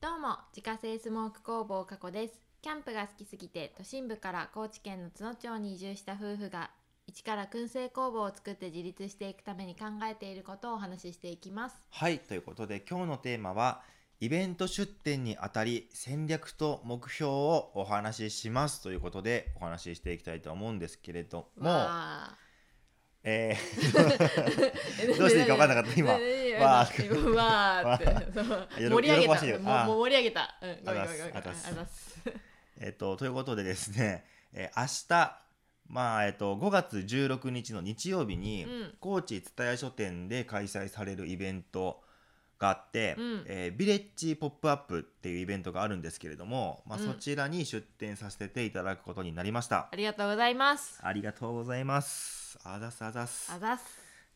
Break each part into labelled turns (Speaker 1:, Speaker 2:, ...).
Speaker 1: どうも自家製スモーク工房加古ですキャンプが好きすぎて都心部から高知県の津野町に移住した夫婦が一から燻製工房を作って自立していくために考えていることをお話ししていきます
Speaker 2: はい、ということで今日のテーマはイベント出店にあたり戦略と目標をお話ししますということでお話ししていきたいと思うんですけれども、
Speaker 1: わ
Speaker 2: え
Speaker 1: ー
Speaker 2: どうしていいか分かんなかっ た今
Speaker 1: 何何何
Speaker 2: わ
Speaker 1: 今わーって
Speaker 2: わ
Speaker 1: そう盛り上げ
Speaker 2: 喜ばしいよ
Speaker 1: たもう
Speaker 2: あー
Speaker 1: もう盛り上げたうんごめん
Speaker 2: あ
Speaker 1: ごめ
Speaker 2: ざっ
Speaker 1: ん
Speaker 2: す
Speaker 1: ごめん
Speaker 2: あざっす
Speaker 1: あざっす
Speaker 2: ー えっとということでですね、 えー明日まあえっと5月16日の日曜日に、
Speaker 1: うん
Speaker 2: 高知蔦屋書店で開催されるイベントがあって、
Speaker 1: うん
Speaker 2: えービレッジポップアップっていうイベントがあるんですけれども、まあ、
Speaker 1: うん
Speaker 2: そちらに出店させていただくことになりました、
Speaker 1: ありがとうございます
Speaker 2: ありがとうございます。あざすあざす
Speaker 1: あ。ざっす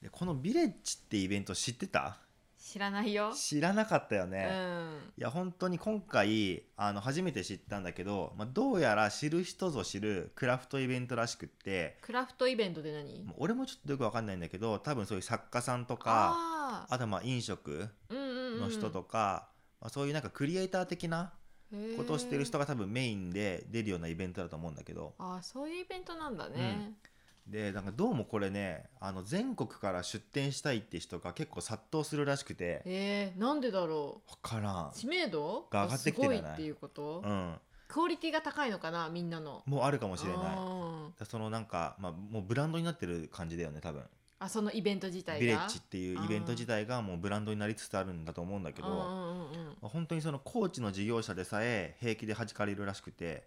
Speaker 2: でこのビレッジってイベント知ってた
Speaker 1: 知らないよ
Speaker 2: 知らなかったよ
Speaker 1: う
Speaker 2: ね。
Speaker 1: ん
Speaker 2: いや本当に今回あの初めて知ったんだけど、まあ、どうやら知る人ぞ知るクラフトイベントらしくって
Speaker 1: クラフトイベントで何
Speaker 2: もう俺もちょっとよくわかんないんだけど多分そういう作家さんとか
Speaker 1: あ
Speaker 2: あとはまあ飲食
Speaker 1: ーうんうんうん
Speaker 2: の人とか、まあ、そういうなんかクリエイター的なことをしてる人
Speaker 1: が
Speaker 2: が多分メインで出るようなイベントだと思うんだけど
Speaker 1: あーそういうイベントなんだね、
Speaker 2: でなんかどうもこれねあの全国から出店したいって人が結構殺到するらしくて
Speaker 1: えー、なんでだろ
Speaker 2: 分からん
Speaker 1: う、知名度
Speaker 2: が上がってきてるよね
Speaker 1: すごいっていうこと、
Speaker 2: うん、
Speaker 1: クオリティが高いのかなみんなの
Speaker 2: もうあるかもしれないだか
Speaker 1: あー
Speaker 2: らそのなんか、まあ、もうブランドになってる感じだよね多分
Speaker 1: あそのイベント自体が
Speaker 2: ビレッジっていうイベント自体がもうブランドになりつつあるんだと思うんだけど、
Speaker 1: うん
Speaker 2: ま
Speaker 1: うんうんうん
Speaker 2: あ本当にその高知の事業者でさえ平気で弾かれるらしくて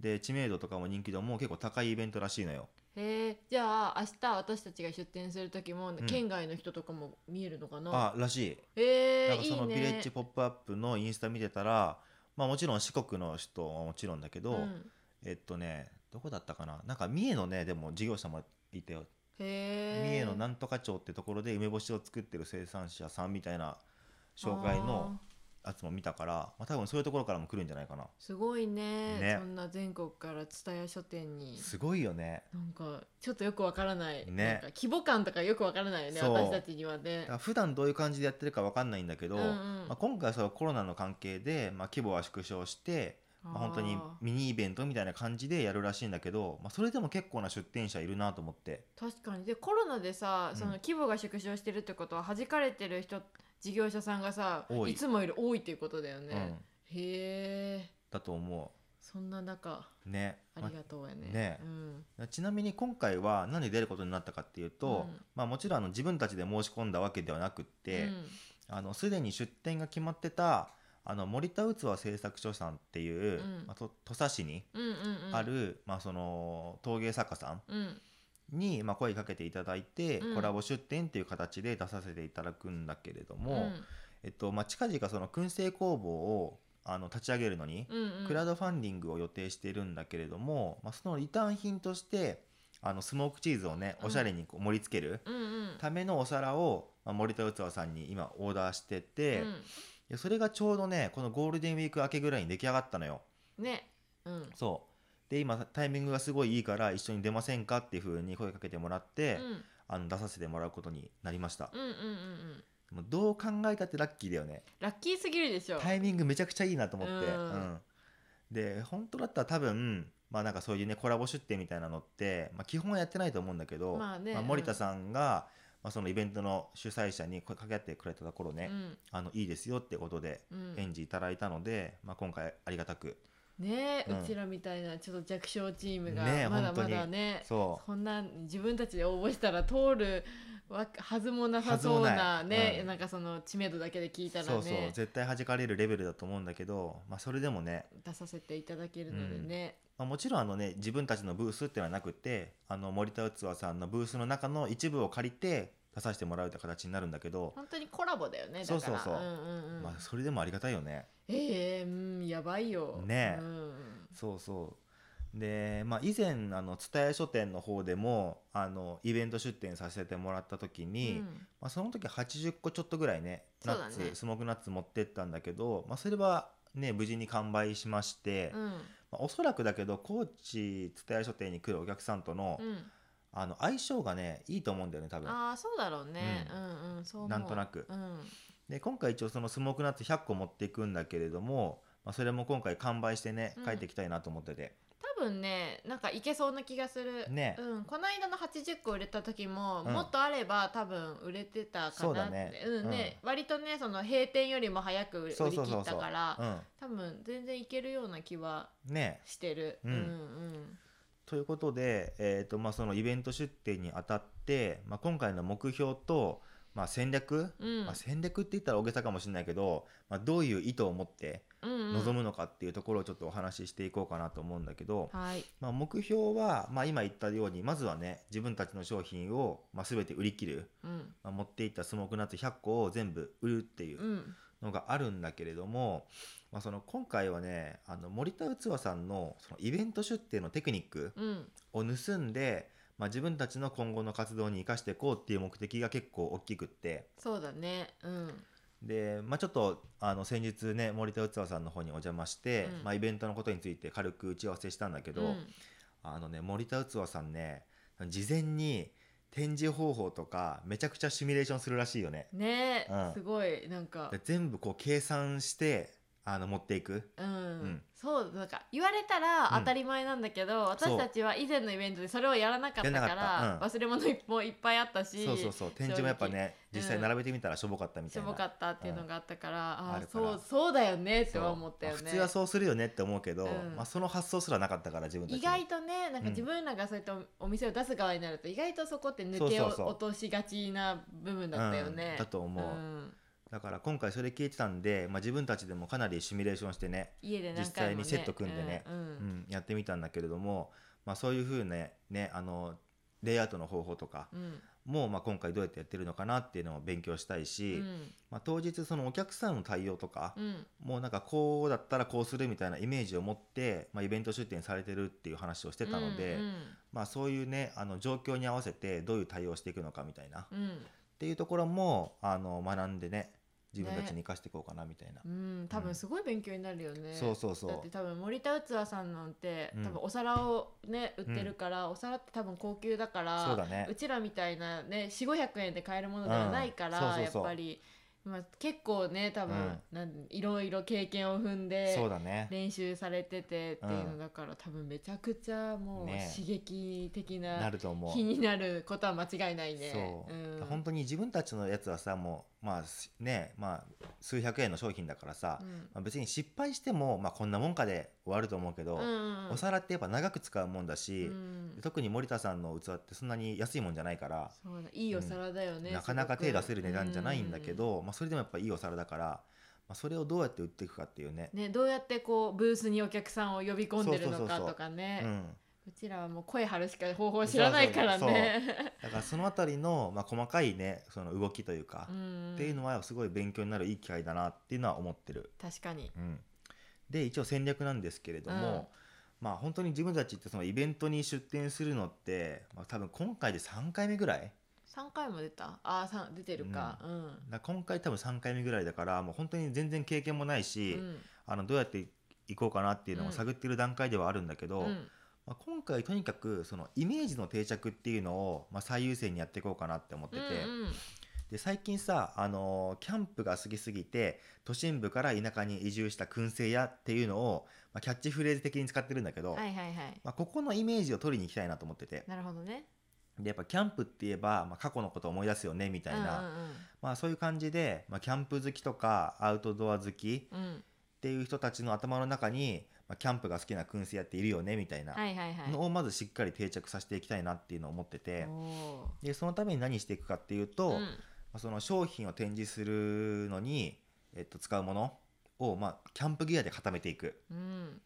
Speaker 2: で知名度とかも人気度も結構高いイベントらしいのよ
Speaker 1: へえじゃあ明日私たちが出店する時も、
Speaker 2: ん
Speaker 1: 県外の人とかも見えるのかな
Speaker 2: あらしい
Speaker 1: へえ
Speaker 2: なんか
Speaker 1: い
Speaker 2: そ
Speaker 1: い
Speaker 2: の「
Speaker 1: ね
Speaker 2: ビレッジポップアップのインスタ見てたら、まあ、もちろん四国の人はもちろんだけど、
Speaker 1: うん
Speaker 2: えっとねどこだったかななんか三重のねでも事業者もいてよ、
Speaker 1: へえ
Speaker 2: 三重のなんとか町ってところで梅干しを作ってる生産者さんみたいな紹介の
Speaker 1: あー
Speaker 2: やつも見たからまあ、多分そういうところからも来るんじゃないかな
Speaker 1: すごいね
Speaker 2: ね
Speaker 1: そんな全国から蔦屋書店に
Speaker 2: すごいよね
Speaker 1: なんかちょっとよくわからない、
Speaker 2: ね
Speaker 1: なんか規模感とかよくわからないよね
Speaker 2: そう
Speaker 1: 私たちにはね
Speaker 2: だから普段どういう感じでやってるか分かんないんだけど、
Speaker 1: うんうん
Speaker 2: まあ、今回はそのコロナの関係で、まあ、規模は縮小して、
Speaker 1: あー
Speaker 2: まあ、本当にミニイベントみたいな感じでやるらしいんだけど、まあ、それでも結構な出店者いるなと思って
Speaker 1: 確かにでコロナでさ
Speaker 2: うん
Speaker 1: その規模が縮小してるってことは弾かれてる人事業者さんがさ
Speaker 2: 多い
Speaker 1: つもより多いっていうことだよね、
Speaker 2: う
Speaker 1: へ
Speaker 2: ん、
Speaker 1: え
Speaker 2: だと思
Speaker 1: そんな中
Speaker 2: うね、
Speaker 1: あ
Speaker 2: まあ
Speaker 1: りがとうやね,、
Speaker 2: ね
Speaker 1: うん、
Speaker 2: ちなみに今回は何で出ることになったかっていうと、
Speaker 1: うん
Speaker 2: まあ、もちろんあの自分たちで申し込んだわけではなくって
Speaker 1: うん
Speaker 2: あのすで、に出店が決まってたあの森田器製作所さんっていう、
Speaker 1: うん
Speaker 2: まあ、と土佐市に
Speaker 1: うんうんうん
Speaker 2: ある、まあ、その陶芸作家さん
Speaker 1: うん
Speaker 2: に、まあ、声かけていただいて、
Speaker 1: うん
Speaker 2: コラボ出店っていう形で出させていただくんだけれども、
Speaker 1: うん
Speaker 2: えっとまあ、近々その燻製工房をあの立ち上げるのに、
Speaker 1: うんうん
Speaker 2: クラウドファンディングを予定しているんだけれども、まあ、そのリターン品としてあのスモークチーズをね
Speaker 1: うん
Speaker 2: おしゃれにこう盛り付ける
Speaker 1: うんうん
Speaker 2: ためのお皿を、まあ、森田器さんに今オーダーしてて、
Speaker 1: う
Speaker 2: い
Speaker 1: ん
Speaker 2: やそれがちょうどねこのゴールデンウィーク明けぐらいに出来上がったのよ。
Speaker 1: ねうん
Speaker 2: そうで今タイミングがすごいいいから一緒に出ませんかっていう風に声かけてもらって、
Speaker 1: うん
Speaker 2: あの出させてもらうことになりました
Speaker 1: う、んうんうんうん
Speaker 2: もうどう考えたってラッキーだよね
Speaker 1: ラッキーすぎるでしょ
Speaker 2: タイミングめちゃくちゃいいなと思って、
Speaker 1: うん
Speaker 2: うんで本当だったら多分まあなんかそういうねコラボ出店みたいなのって、まあ、基本はやってないと思うんだけど、
Speaker 1: まあね
Speaker 2: 森田さんが、まあ、そのイベントの主催者に声かけ合ってくれたところね、
Speaker 1: うん
Speaker 2: あのいいですよってことで
Speaker 1: うん
Speaker 2: 返事いただいたので、まあ、今回ありがたく
Speaker 1: ねえ、う
Speaker 2: うん
Speaker 1: ちらみたいなちょっと弱小チームが
Speaker 2: ねえ
Speaker 1: まだま
Speaker 2: 本当
Speaker 1: だ
Speaker 2: に
Speaker 1: ね
Speaker 2: そ
Speaker 1: こんな自分たちで応募したら通るわはずもなさそうな
Speaker 2: はずもない
Speaker 1: ね、
Speaker 2: うん、
Speaker 1: なんかその知名度だけで聞いうたら
Speaker 2: そうそう
Speaker 1: ね
Speaker 2: 絶対弾かれるレベルだと思うんだけど、まあ、それでもね
Speaker 1: 出させていただけるのでね、
Speaker 2: まあ、もちろんあの、ね、自分たちのブースっていうのはなくてあの森田器さんのブースの中の一部を借りて出させてもらうって形になるんだけど、
Speaker 1: 本当にコラボだよねだか
Speaker 2: そ
Speaker 1: ら
Speaker 2: うそうそうん
Speaker 1: うんうん
Speaker 2: まあ、それでもありがたいよね。
Speaker 1: ええうんやばいよ
Speaker 2: ねえ
Speaker 1: うん
Speaker 2: そうそうで、まあ、以前あの蔦屋書店の方でもあのイベント出店させてもらった時
Speaker 1: う
Speaker 2: に、
Speaker 1: ん
Speaker 2: まあ、その時80個ちょっとぐらいね
Speaker 1: そ
Speaker 2: ナ
Speaker 1: うだ
Speaker 2: ッ
Speaker 1: ね
Speaker 2: ツ、スモークナッツ持ってったんだけど、まあ、それは、ね、無事に完売しまして、
Speaker 1: う
Speaker 2: ま
Speaker 1: ん
Speaker 2: あ、おそらくだけど高知蔦屋書店に来るお客さんとの,、
Speaker 1: うん
Speaker 2: あの相性がねいいと思うんだよね多分。
Speaker 1: ああそうだろうね、う、
Speaker 2: うん
Speaker 1: うんそう思う
Speaker 2: なんとなく
Speaker 1: うん
Speaker 2: で今回一応そのスモークナッツ100個持っていくんだけれども、まあ、それも今回完売してね
Speaker 1: うん
Speaker 2: 帰ってきたいなと思ってて、
Speaker 1: 多分ねなんかいけそうな気がする、
Speaker 2: ね
Speaker 1: うん、この間の80個売れた時も、
Speaker 2: うん
Speaker 1: もっとあれば多分売れてたか
Speaker 2: そう
Speaker 1: なって
Speaker 2: だね
Speaker 1: んね割とねその閉店よりも早く売り
Speaker 2: そうそう
Speaker 1: 売り
Speaker 2: そ
Speaker 1: 切
Speaker 2: う
Speaker 1: っ
Speaker 2: そ
Speaker 1: た
Speaker 2: う
Speaker 1: から
Speaker 2: うん
Speaker 1: 多分全然いけるような気は
Speaker 2: ね
Speaker 1: してる、
Speaker 2: うん
Speaker 1: うん
Speaker 2: ということで、えーとまあ、そのイベント出店にあたって、まあ、今回の目標と、まあ、戦略、
Speaker 1: うんうん
Speaker 2: まあ、戦略って言ったら大げさかもしれないけど、まあ、どういう意図を持って
Speaker 1: うんうん
Speaker 2: 臨むのかっていうところをちょっとお話ししていこうかなと思うんだけど、
Speaker 1: はい
Speaker 2: まあ、目標は、まあ、今言ったようにまずはね自分たちの商品を、まあ、全て売り切る、
Speaker 1: うん
Speaker 2: まあ、持っていったスモークナッツ100個を全部売るっていう
Speaker 1: うん
Speaker 2: のがあるんだけれども、まあ、その今回はねあの森田うつわさんのそのイベント出店のテクニック
Speaker 1: うん
Speaker 2: を盗んで、まあ、自分たちの今後の活動に生かしていこうっていう目的が結構大きくって
Speaker 1: そうだねうん
Speaker 2: で、まあ、ちょっとあの先日ね森田うつわさんの方にお邪魔して、
Speaker 1: うん
Speaker 2: まあ、イベントのことについて軽く打ち合わせしたんだけど、
Speaker 1: うん
Speaker 2: あのね森田うつわさんね事前に展示方法とかめちゃくちゃシミュレーションするらしいよね。
Speaker 1: ね、
Speaker 2: うん
Speaker 1: すごいなんか
Speaker 2: で全部こう計算してあの持っていく
Speaker 1: うん、
Speaker 2: ん
Speaker 1: そうなんか言われたら当たり前なんだけど、私たちは以前のイベントでそれをやらなかったか、
Speaker 2: やらなからった
Speaker 1: 忘れ物いっぱいいっぱいあったし
Speaker 2: そうそうそう展示もやっぱね
Speaker 1: 正直
Speaker 2: 実際並べてみたらしょぼかったみ
Speaker 1: した
Speaker 2: いな、
Speaker 1: ぼかったっていうのがあったから、
Speaker 2: ん
Speaker 1: あ
Speaker 2: あ
Speaker 1: あ
Speaker 2: るから
Speaker 1: そうそうだよねって
Speaker 2: そう
Speaker 1: は思ったよね
Speaker 2: まあ普通はそうするよねって思うけど、
Speaker 1: うん
Speaker 2: まあ、その発想すらなかったから自分たち
Speaker 1: 意
Speaker 2: に
Speaker 1: 外とねなん
Speaker 2: うん
Speaker 1: か自分らがそうやってお店を出す側になると、意外とそこって抜け
Speaker 2: そう
Speaker 1: を
Speaker 2: そうそう
Speaker 1: 落としがちな部分だったよ
Speaker 2: う
Speaker 1: ね
Speaker 2: ん、だと思う、
Speaker 1: うん
Speaker 2: だから今回それ聞いてたんで、まあ、自分たちでもかなりシミュレーションしてね、
Speaker 1: 家で何回も、ね、
Speaker 2: 実際にセット組んでね
Speaker 1: うんうん
Speaker 2: うんやってみたんだけれども、まあ、そういうふうなねあのレイアウトの方法とか
Speaker 1: うん
Speaker 2: も、まあ、今回どうやってやってるのかなっていうのも勉強したいし、
Speaker 1: うん
Speaker 2: まあ、当日そのお客さんの対応とか、
Speaker 1: うん
Speaker 2: もうなんかこうだったらこうするみたいなイメージを持って、まあ、イベント出店されてるっていう話をしてたので、
Speaker 1: うん
Speaker 2: まあ、そういうねあの状況に合わせてどういう対応をしていくのかみたいな、っ
Speaker 1: うんうん
Speaker 2: ていうところもあの学んでね自分たちに
Speaker 1: ね
Speaker 2: 生かしていこうかなみたいな、
Speaker 1: うん、多分すごい勉強になるよね。
Speaker 2: そうそうそ
Speaker 1: だって
Speaker 2: う
Speaker 1: 多分森田うつわさんなんて、
Speaker 2: うん
Speaker 1: 多分お皿をね売ってるから、お皿って多分高級だから
Speaker 2: そうだね
Speaker 1: うちらみたいなね4 5 0 0円で買えるものではないから、
Speaker 2: うんそうそうそう
Speaker 1: やっぱり、まあ、結構ね多分、
Speaker 2: うん
Speaker 1: なんいろいろ経験を踏んで
Speaker 2: そうだね
Speaker 1: 練習されててっていうのだから、多分めちゃくちゃもう
Speaker 2: ね
Speaker 1: 刺激的
Speaker 2: な
Speaker 1: な
Speaker 2: ると思う
Speaker 1: 気になることは間違いないね。
Speaker 2: そう、
Speaker 1: ん
Speaker 2: 本当に自分たちのやつはさもうまあすねまあ数百円の商品だからさ、
Speaker 1: うん
Speaker 2: まあ、別に失敗しても、まあ、こんなもんかで終わると思うけど、
Speaker 1: うん
Speaker 2: お皿ってやっぱ長く使うもんだ
Speaker 1: う
Speaker 2: し、
Speaker 1: ん
Speaker 2: 特に森田さんの器ってそんなに安いもんじゃないから、
Speaker 1: そうだいいお皿だよね、
Speaker 2: なかなか
Speaker 1: すご
Speaker 2: 手
Speaker 1: く
Speaker 2: 出せる値段じゃないんだけ、ど、まあ、それでもやっぱいいお皿だから、まあ、それをどうやって売っていくかっていうね
Speaker 1: うんね、どうやってこうブースにお客さんを呼び込んでる
Speaker 2: そ
Speaker 1: の
Speaker 2: うそう
Speaker 1: か
Speaker 2: そうそう
Speaker 1: とかねう
Speaker 2: うん、
Speaker 1: ちらはもう声張るしか方法知らないからね
Speaker 2: だからそのあたりの、まあ、細かいねその動きとい うか、
Speaker 1: っ
Speaker 2: っていうのはすごい勉強になるいい機会だなっていうのは思ってる。
Speaker 1: 確かに
Speaker 2: うん、で一応戦略なんですけれども、まあ本当に自分たちってそのイベントに出店するのって、まあ、多分今回で3回目ぐらい
Speaker 1: 3回も出たああ出てるかうん、
Speaker 2: だから今回多分3回目ぐらいだからもう本当に全然経験もないし、
Speaker 1: うん
Speaker 2: あのどうやっていこうかなっていうのを
Speaker 1: うん
Speaker 2: 探ってる段階ではあるんだけど、
Speaker 1: うん
Speaker 2: まあ、今回とにかくそのイメージの定着っていうのを、まあ、最優先にやっていこうかなって思ってて、
Speaker 1: うん
Speaker 2: で最近さ、あのーキャンプが過ぎすぎて都心部から田舎に移住した燻製屋っていうのを、まあ、キャッチフレーズ的に使ってるんだけど、
Speaker 1: はいはいはい
Speaker 2: まあ、ここのイメージを取りに行きたいなと思ってて
Speaker 1: なるほどね
Speaker 2: でやっぱキャンプって言えば、まあ、過去のことを思い出すよねみたいな、まあ、そういう感じで、まあ、キャンプ好きとかアウトドア好き
Speaker 1: うんうんうん、うん、
Speaker 2: っていう人たちの頭の中に、まあ、キャンプが好きな燻製屋っているよねみたいな
Speaker 1: はいはいはい
Speaker 2: のをまずしっかり定着させていきたいなっていうのを思ってて、
Speaker 1: お
Speaker 2: でそのために何していくかっていうと、
Speaker 1: ー
Speaker 2: まあその商品を展示するのに、えっと、使うものを、まあ、キャンプギアで固めていく。
Speaker 1: うんうん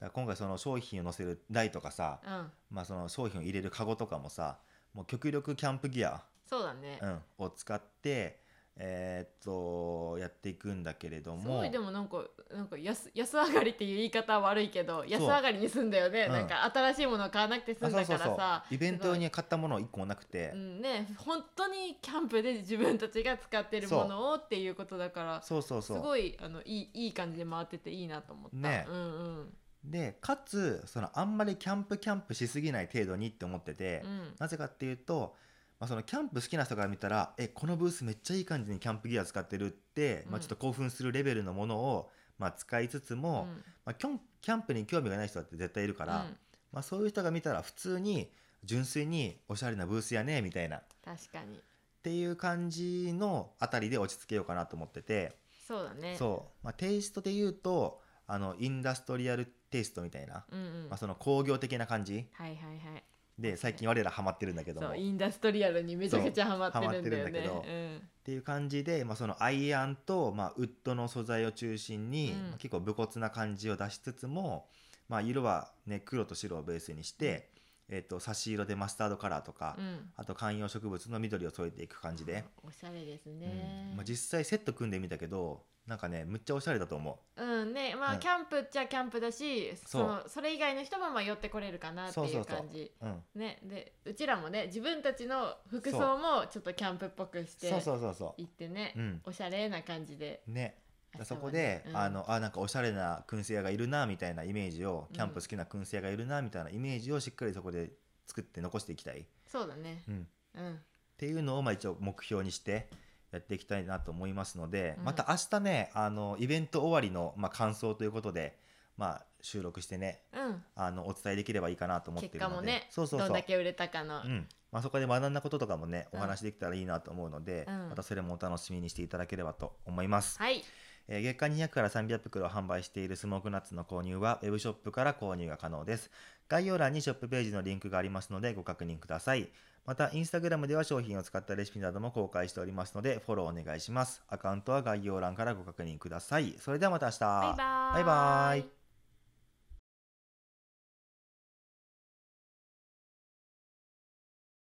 Speaker 2: だから今回その商品を載せる台とかさ、
Speaker 1: うん
Speaker 2: まあ、その商品を入れるカゴとかもさもう極力キャンプギア、
Speaker 1: そうだね、
Speaker 2: うん、を使って、えーっとやっていくんだけれど
Speaker 1: す
Speaker 2: も
Speaker 1: ごいでもなんかなんか安安上がりっていう言い方は悪いけど安上がりに済んだよね、
Speaker 2: うん
Speaker 1: なんか新しいものを買わなくて済
Speaker 2: あ
Speaker 1: ん
Speaker 2: そ
Speaker 1: だ
Speaker 2: うそ
Speaker 1: か
Speaker 2: う
Speaker 1: ら
Speaker 2: そう
Speaker 1: さ
Speaker 2: イベント用に買ったもの1個もなくて、
Speaker 1: うんね本当にキャンプで自分たちが使ってるものをっていうことだから
Speaker 2: そうそう
Speaker 1: す
Speaker 2: そう
Speaker 1: ごいあのいいいい感じで回ってていいなと思った、
Speaker 2: ね
Speaker 1: うんうん
Speaker 2: でかつそのあんまりキャンプキャンプしすぎない程度にって思ってて、
Speaker 1: うん
Speaker 2: なぜかっていうと、まあ、そのキャンプ好きな人から見たらえこのブースめっちゃいい感じにキャンプギア使ってるって、
Speaker 1: う
Speaker 2: まあ、
Speaker 1: ん
Speaker 2: ちょっと興奮するレベルのものを、まあ、使いつつも、
Speaker 1: うん
Speaker 2: まあ、キョンキャンプに興味がない人だって絶対いるから、
Speaker 1: うん
Speaker 2: まあ、そういう人が見たら普通に純粋におしゃれなブースやねみたいなっ
Speaker 1: 確かに
Speaker 2: ていう感じのあたりで落ち着けようかなと思ってて
Speaker 1: そうだね
Speaker 2: そう、まあ、テイストで言うとあのインダストリアルテイストみたいな、
Speaker 1: う、んうん、
Speaker 2: まあ、その工業的な感じ
Speaker 1: はいはいはい
Speaker 2: で最近我らハマってるんだけども
Speaker 1: そう
Speaker 2: っ
Speaker 1: インダストリアルにめちゃくちゃハマってるんだよね
Speaker 2: そうハマって
Speaker 1: うん
Speaker 2: ていう感じで、まあ、そのアイアンと、まあ、ウッドの素材を中心に、
Speaker 1: うん
Speaker 2: まあ結構武骨な感じを出しつつも、まあ、色は、ね、黒と白をベースにして、えっと差し色でマスタードカラーとか、
Speaker 1: うん
Speaker 2: あと観葉植物の緑を添えていく感じで、
Speaker 1: おしゃれです
Speaker 2: うん
Speaker 1: ね、うん、
Speaker 2: まあ、実際セット組んでみたけどなんかねむっちゃおしゃれだと思
Speaker 1: ねまあ、
Speaker 2: うん
Speaker 1: キャンプっちゃキャンプだしそのそれ以外の人もまあ寄ってこれるかなって
Speaker 2: そう
Speaker 1: い
Speaker 2: そううそう
Speaker 1: 感じ
Speaker 2: う、うん、
Speaker 1: ねでうちらもね自分たちの服装もちょっとキャンプっぽくして
Speaker 2: そうそうそうそ
Speaker 1: 行ってね
Speaker 2: う、うん、
Speaker 1: おしゃれな感じで
Speaker 2: ねだからそこで、
Speaker 1: 朝はねうん
Speaker 2: あのあなんかおしゃれな燻製屋がいるなみたいなイメージを
Speaker 1: うん
Speaker 2: キャンプ好きな燻製屋がいるなみたいなイメージをしっかりそこで作って残していきたい、っ
Speaker 1: そうだね
Speaker 2: うん
Speaker 1: うん
Speaker 2: ていうのをまあ一応目標にしてやっていきたいなと思いますので、
Speaker 1: うん
Speaker 2: また明日ねあのイベント終わりの、まあ、感想ということで、まあ、収録してね
Speaker 1: うん
Speaker 2: あのお伝えできればいいかなと思ってるので
Speaker 1: 結果もね
Speaker 2: そうそうそう
Speaker 1: どんだけ売れたかの、
Speaker 2: うんまあ、そこで学んだこととかもね
Speaker 1: う
Speaker 2: お
Speaker 1: ん
Speaker 2: 話できたらいいなと思うので、
Speaker 1: うん
Speaker 2: またそれもお楽しみにしていただければと思います、
Speaker 1: はい
Speaker 2: えー月間200から300袋を販売しているスモークナッツの購入はウェブショップから購入が可能です概要欄にショップページのリンクがありますのでご確認くださいまたインスタグラムでは商品を使ったレシピなども公開しておりますのでフォローお願いしますアカウントは概要欄からご確認くださいそれではまた明日
Speaker 1: バイバーイ
Speaker 2: バイバーイ